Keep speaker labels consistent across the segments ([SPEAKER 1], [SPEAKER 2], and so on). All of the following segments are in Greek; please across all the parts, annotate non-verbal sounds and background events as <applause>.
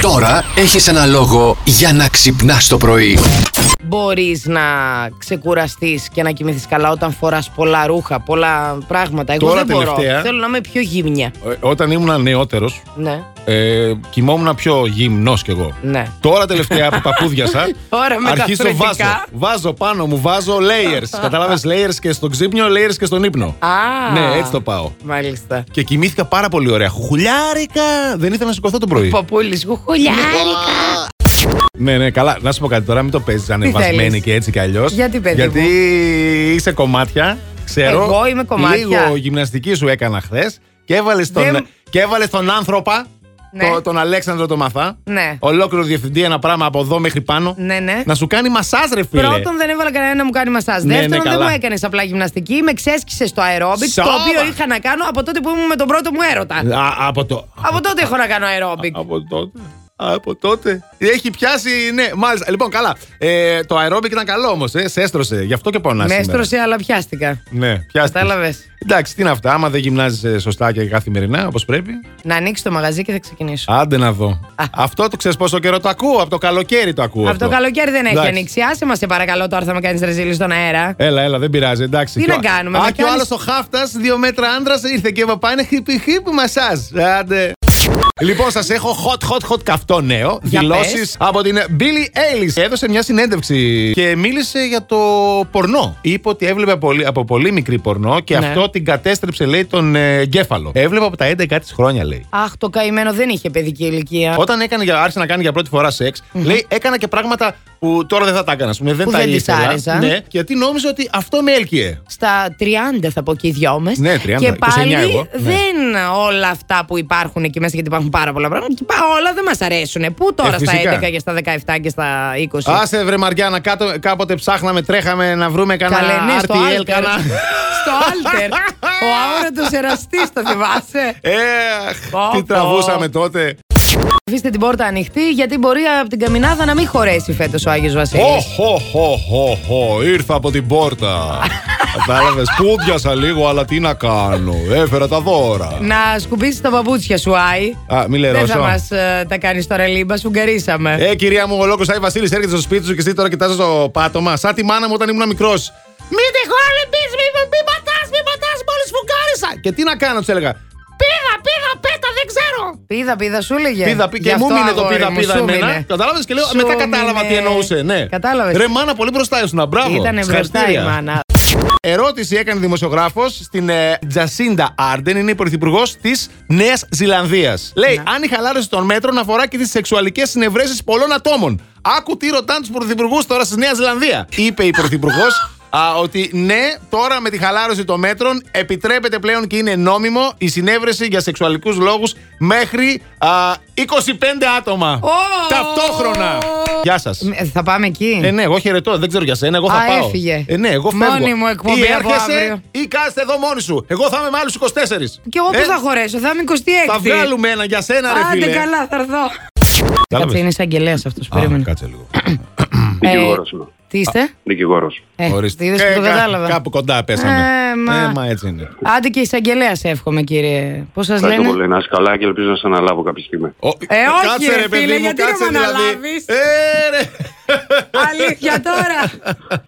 [SPEAKER 1] Τώρα έχεις ένα λόγο για να ξυπνάς το πρωί.
[SPEAKER 2] Μπορείς να ξεκουραστείς και να κοιμηθείς καλά όταν φοράς πολλά ρούχα, πολλά πράγματα. Εγώ
[SPEAKER 3] Τώρα
[SPEAKER 2] δεν μπορώ.
[SPEAKER 3] τελευταία.
[SPEAKER 2] Θέλω να είμαι πιο γυμνιά.
[SPEAKER 3] Ε, Όταν ήμουν νεότερος,
[SPEAKER 2] Ναι,
[SPEAKER 3] ε, κοιμόμουν πιο γυμνός κι εγώ.
[SPEAKER 2] ναι.
[SPEAKER 3] Τώρα τελευταία που παπούδιασα,
[SPEAKER 2] <laughs> Ωραία, με τα
[SPEAKER 3] αρχίζω βάζω.
[SPEAKER 2] θρεπτικά.
[SPEAKER 3] Βάζω πάνω μου, βάζω layers. Κατάλαβες layers και στον ξύπνιο, layers και στον ύπνο.
[SPEAKER 2] Α,
[SPEAKER 3] Ναι, έτσι το πάω.
[SPEAKER 2] Μάλιστα.
[SPEAKER 3] Και κοιμήθηκα πάρα πολύ ωραία. Χουλιάρικα! Δεν ήθελα να σηκωθώ το πρωί.
[SPEAKER 2] Παπούλη, γουχουλιάρικα.
[SPEAKER 3] Ναι, ναι, καλά. Να σου πω κάτι τώρα, μην το παίζεις ανεβασμένη
[SPEAKER 2] θέλεις?
[SPEAKER 3] και έτσι κι αλλιώς.
[SPEAKER 2] Γιατί, παιδί
[SPEAKER 3] Γιατί είσαι κομμάτια, ξέρω.
[SPEAKER 2] Εγώ είμαι κομμάτια.
[SPEAKER 3] Λίγο γυμναστική σου έκανα χθες και έβαλες τον,
[SPEAKER 2] Δεν-
[SPEAKER 3] και έβαλες τον άνθρωπα,
[SPEAKER 2] Ναι.
[SPEAKER 3] το- τον Αλέξανδρο το Μαθά,
[SPEAKER 2] Ναι.
[SPEAKER 3] ολόκληρο διευθυντή ένα πράγμα από εδώ μέχρι πάνω.
[SPEAKER 2] Ναι, ναι.
[SPEAKER 3] Να σου κάνει μασάζ, ρε φίλε.
[SPEAKER 2] Πρώτον, δεν έβαλα κανένα να μου κάνει μασάζ.
[SPEAKER 3] Ναι,
[SPEAKER 2] Δεύτερον,
[SPEAKER 3] ναι, καλά.
[SPEAKER 2] δεν μου έκανες απλά γυμναστική. Με ξέσκησε στο αερόμπικ, το
[SPEAKER 3] Σάβα.
[SPEAKER 2] οποίο είχα να κάνω από τότε που ήμουν με τον πρώτο μου έρωτα.
[SPEAKER 3] Α, από το.
[SPEAKER 2] Από τότε έχω να κάνω αερόμπικ.
[SPEAKER 3] Από τότε. Από τότε. Έχει πιάσει, ναι, μάλιστα. Λοιπόν, καλά. Ε, το αερόμπικ ήταν καλό όμως, ε, σε έστρωσε. Γι' αυτό και πονάς.
[SPEAKER 2] Με
[SPEAKER 3] σήμερα.
[SPEAKER 2] έστρωσε, αλλά πιάστηκα.
[SPEAKER 3] Ναι, πιάστηκε.
[SPEAKER 2] Κατάλαβες.
[SPEAKER 3] Εντάξει, τι είναι αυτά. Άμα δεν γυμνάζεσαι σωστά και καθημερινά όπως πρέπει.
[SPEAKER 2] Να ανοίξεις το μαγαζί και θα ξεκινήσω.
[SPEAKER 3] Άντε να
[SPEAKER 2] <laughs>
[SPEAKER 3] δω. αυτό το ξέρεις πόσο καιρό το ακούω. Από το καλοκαίρι το ακούω.
[SPEAKER 2] Από το καλοκαίρι δεν έχει
[SPEAKER 3] Εντάξει.
[SPEAKER 2] ανοίξει. Άσε μας, σε παρακαλώ, τώρα θα με κάνεις ρεζίλη στον αέρα.
[SPEAKER 3] Έλα, έλα, δεν πειράζει. Εντάξει.
[SPEAKER 2] Τι
[SPEAKER 3] Και
[SPEAKER 2] να
[SPEAKER 3] ο-
[SPEAKER 2] κάνουμε,
[SPEAKER 3] Α,
[SPEAKER 2] με
[SPEAKER 3] και ο άλλο
[SPEAKER 2] κάνεις-
[SPEAKER 3] ο χάφτας, δύο μέτρα άντρας, ήρθε και είπα πάνε χιπι χιπι μασάζ. Άντε. Λοιπόν, σας έχω hot, hot, hot καυτό νέο.
[SPEAKER 2] Για
[SPEAKER 3] Δηλώσεις
[SPEAKER 2] πες.
[SPEAKER 3] από την Billy Eilish. Έδωσε μια συνέντευξη και μίλησε για το πορνό. Είπε ότι έβλεπε πολύ, από πολύ μικρή πορνό και
[SPEAKER 2] Ναι.
[SPEAKER 3] αυτό την κατέστρεψε, λέει, τον ε, εγκέφαλο. Έβλεπε από τα 11 της χρόνια, λέει.
[SPEAKER 2] Αχ, το καημένο δεν είχε παιδική ηλικία.
[SPEAKER 3] Όταν έκανε, για- άρχισε να κάνει για πρώτη φορά σεξ, λέει έκανα και πράγματα που τώρα δεν θα τα έκανα. ας πούμε, δεν
[SPEAKER 2] Που
[SPEAKER 3] τα
[SPEAKER 2] δεν της
[SPEAKER 3] ήθελα.
[SPEAKER 2] άρεσαν.
[SPEAKER 3] Ναι, γιατί νόμιζε ότι αυτό με έλκυε.
[SPEAKER 2] Στα 30 θα πω και οι δυο μας.
[SPEAKER 3] Ναι, 30,
[SPEAKER 2] Και
[SPEAKER 3] 29
[SPEAKER 2] πάλι
[SPEAKER 3] εγώ, ναι.
[SPEAKER 2] δεν όλα αυτά που υπάρχουν εκεί μέσα, γιατί υπάρχουν πάρα πολλά πράγματα. και πα- όλα δεν μας αρέσουν. Πού τώρα
[SPEAKER 3] Ε,
[SPEAKER 2] στα
[SPEAKER 3] φυσικά.
[SPEAKER 2] 11 και στα 17 και στα 20.
[SPEAKER 3] Άσε βρε Μαριάννα, κάτω, κάποτε ψάχναμε, τρέχαμε να βρούμε κανένα
[SPEAKER 2] Καλέ, ναι, στο
[SPEAKER 3] RTL,
[SPEAKER 2] Άλτερ.
[SPEAKER 3] κανένα-
[SPEAKER 2] <laughs> στο Άλτερ. Ο αόρατος εραστής, το θυμάσαι.
[SPEAKER 3] Ε,
[SPEAKER 2] Πω,
[SPEAKER 3] τι
[SPEAKER 2] πω.
[SPEAKER 3] τραβούσαμε τότε.
[SPEAKER 2] Αφήστε την πόρτα ανοιχτή, γιατί μπορεί από την καμινάδα να μην χωρέσει φέτος ο Άγιος
[SPEAKER 3] Χω,
[SPEAKER 2] Βασίλης.
[SPEAKER 3] χω, χω, χω, χω, ήρθα από την
[SPEAKER 2] <laughs>
[SPEAKER 3] πόρτα. Κατάλαβες, πούδιασα λίγο, αλλά τι να κάνω. Έφερα τα δώρα.
[SPEAKER 2] Να σκουπίσεις τα παπούτσια σου, Άι.
[SPEAKER 3] Α, μη
[SPEAKER 2] Ναι. Δεν θα
[SPEAKER 3] λερώσω.
[SPEAKER 2] μας ε, τα κάνεις τώρα λίμπα, σου γκαρίσαμε.
[SPEAKER 3] Ε, κυρία μου, ο λόγο Άι Βασίλης έρχεται στο σπίτι σου και εσύ τώρα κοιτάζεις το πάτωμα. Σαν τη μάνα μου όταν ήμουν μικρός. Μη τη χόρυμπη, μη, μη πατάς, μη πατάς, μόλις φουγκάρισα. Και τι να κάνω, του έλεγα. Πίδα, πίδα, πέτα, δεν ξέρω.
[SPEAKER 2] Πίδα, πίδα, σου λέγε.
[SPEAKER 3] Ε, Πίδα, πί-
[SPEAKER 2] Γι'
[SPEAKER 3] και μου
[SPEAKER 2] αυτό,
[SPEAKER 3] μείνε το
[SPEAKER 2] αγόρι
[SPEAKER 3] πίδα,
[SPEAKER 2] μου,
[SPEAKER 3] πίδα
[SPEAKER 2] σου
[SPEAKER 3] εμένα.
[SPEAKER 2] μείνε.
[SPEAKER 3] Κατάλαβες και λέω,
[SPEAKER 2] Σου
[SPEAKER 3] μετά κατάλαβα
[SPEAKER 2] μείνε.
[SPEAKER 3] τι εννοούσε. Ναι.
[SPEAKER 2] Κατάλαβες.
[SPEAKER 3] Ρε μάνα, πολύ μπροστά ήσουν. Μπράβο.
[SPEAKER 2] Ήτανε μπροστά η
[SPEAKER 3] Συγχαρητήρια.
[SPEAKER 2] μάνα.
[SPEAKER 3] Ερώτηση έκανε δημοσιογράφος στην ε, Τζασίντα Άρντεν, είναι η πρωθυπουργός της Νέας Ζηλανδίας. Λέει, αν η χαλάρωση των μέτρων αφορά και τις σεξουαλικές συνευρέσεις πολλών ατόμων. Άκου τι ρωτάνε τους πρωθυπουργούς τώρα στη Νέα Ζηλανδία. Είπε η πρωθυπουργός ότι ναι, τώρα με τη χαλάρωση των μέτρων επιτρέπεται πλέον και είναι νόμιμο η συνέβρεση για σεξουαλικούς λόγους μέχρι α, 25 άτομα.
[SPEAKER 2] Ω!
[SPEAKER 3] Ταυτόχρονα. Γεια σας.
[SPEAKER 2] Ε, Θα πάμε εκεί.
[SPEAKER 3] Ε, ναι, εγώ χαιρετώ, δεν ξέρω για σένα, εγώ θα
[SPEAKER 2] Α,
[SPEAKER 3] πάω.
[SPEAKER 2] έφυγε.
[SPEAKER 3] Ε, ναι, εγώ φεύγω.
[SPEAKER 2] Μόνη μου εκπομπή
[SPEAKER 3] Ή
[SPEAKER 2] από αύριο.
[SPEAKER 3] έρχεσαι ή κάθεσαι εδώ μόνη σου. Εγώ θα είμαι με άλλους 24.
[SPEAKER 2] Και εγώ
[SPEAKER 3] Ε,
[SPEAKER 2] που θα χωρέσω, θα είμαι 26.
[SPEAKER 3] Θα βγάλουμε ένα για σένα, ρε φίλε.
[SPEAKER 2] Άντε καλά, θα έρθω.
[SPEAKER 3] Κατάλαβες.
[SPEAKER 2] Κάτσε, είναι εισαγγελέας αυτός που
[SPEAKER 3] Α,
[SPEAKER 2] περίμενε.
[SPEAKER 3] Κάτσε λίγο.
[SPEAKER 2] Ε,
[SPEAKER 4] Δικηγόρος είμαι.
[SPEAKER 2] Τι είστε?
[SPEAKER 4] Δικηγόρος.
[SPEAKER 2] Ε,
[SPEAKER 3] Ορίστε.
[SPEAKER 2] είδες
[SPEAKER 3] Ε,
[SPEAKER 2] που το
[SPEAKER 3] κα-
[SPEAKER 2] κατάλαβα.
[SPEAKER 3] Κάπου κοντά πέσαμε.
[SPEAKER 2] Ε, μα-
[SPEAKER 3] Ε, μα έτσι είναι.
[SPEAKER 2] Άντε και εισαγγελέα, εύχομαι, κύριε. Πώς σας
[SPEAKER 4] Ευχαριστώ
[SPEAKER 2] λένε.
[SPEAKER 4] πολύ. Να είσαι καλά και ελπίζω να σε αναλάβω κάποια στιγμή.
[SPEAKER 3] Ο-
[SPEAKER 2] Ε, όχι, ρε,
[SPEAKER 3] παιδί
[SPEAKER 2] φίλε,
[SPEAKER 3] μου,
[SPEAKER 2] γιατί να
[SPEAKER 3] κάτσε,
[SPEAKER 2] με
[SPEAKER 3] δηλαδή.
[SPEAKER 2] αναλάβεις.
[SPEAKER 3] Ε, ρε.
[SPEAKER 2] Αλήθεια
[SPEAKER 3] <laughs>
[SPEAKER 4] <laughs>
[SPEAKER 2] τώρα.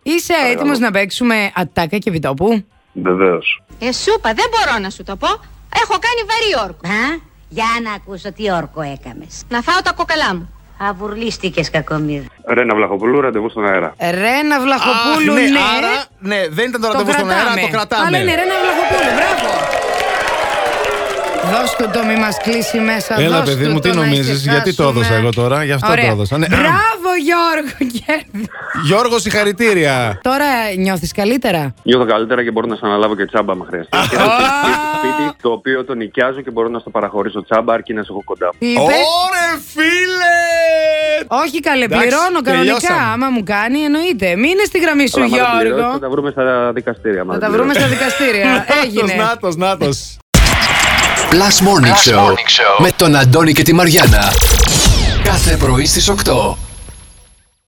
[SPEAKER 2] Είσαι έτοιμο να παίξουμε ατάκα και επιτόπου.
[SPEAKER 4] Βεβαίως.
[SPEAKER 5] Ε, σούπα, δεν μπορώ να σου το πω. Έχω κάνει βαρύ όρκο.
[SPEAKER 6] Α, για να ακούσω τι όρκο έκαμες.
[SPEAKER 5] Να φάω τα κοκαλά μου.
[SPEAKER 6] Αβουρλίστηκες κακομοίρα.
[SPEAKER 4] Ρένα Βλαχοπούλου, ραντεβού στον αέρα.
[SPEAKER 2] Ρένα Βλαχοπούλου,
[SPEAKER 3] Αχ,
[SPEAKER 2] ναι.
[SPEAKER 3] Άρα, ναι, δεν ήταν το
[SPEAKER 2] Το
[SPEAKER 3] ραντεβού στον αέρα, το κρατάμε.
[SPEAKER 2] Αλλά είναι Ρένα Βλαχοπούλου, μπράβο. Δώσ' του το μη μας κλείσει μέσα.
[SPEAKER 3] Έλα,
[SPEAKER 2] δώσ'
[SPEAKER 3] παιδί
[SPEAKER 2] του
[SPEAKER 3] μου,
[SPEAKER 2] το
[SPEAKER 3] τι
[SPEAKER 2] να
[SPEAKER 3] νομίζεις, γιατί το έδωσα
[SPEAKER 2] εσκεφάσουμε.
[SPEAKER 3] εγώ τώρα, γι' αυτό το
[SPEAKER 2] Ωραία.
[SPEAKER 3] έδωσα. Ναι.
[SPEAKER 2] Μπράβο, Γιώργο, κέρδη.
[SPEAKER 3] Γιώργο, συγχαρητήρια.
[SPEAKER 2] Τώρα νιώθεις καλύτερα.
[SPEAKER 4] Νιώθω καλύτερα και μπορώ να σε αναλάβω και τσάμπα με χρειαστεί. Και έχω στο σπίτι το οποίο το νοικιάζω και μπορώ να στο παραχωρήσω τσάμπα αρκεί να σε έχω κοντά.
[SPEAKER 2] Τι είπε.
[SPEAKER 3] Ωρε, φίλε!
[SPEAKER 2] Όχι καλέ,
[SPEAKER 3] Εντάξει,
[SPEAKER 2] πληρώνω κανονικά.
[SPEAKER 3] τελειώσαμε.
[SPEAKER 2] Άμα μου κάνει, εννοείται. Μείνε στη γραμμή σου,
[SPEAKER 4] Αλλά άμα δεν πληρώσεις,
[SPEAKER 2] Γιώργο.
[SPEAKER 4] Θα τα βρούμε στα δικαστήρια. άμα
[SPEAKER 2] Θα
[SPEAKER 4] δεν
[SPEAKER 2] τα βρούμε στα
[SPEAKER 4] πληρώσεις.
[SPEAKER 3] <laughs>
[SPEAKER 2] δικαστήρια. Έγινε.
[SPEAKER 3] Νάτος, νάτος.
[SPEAKER 1] Plus Morning, Show, με τον Αντώνη και τη Μαριάνα. Κάθε πρωί στις 8.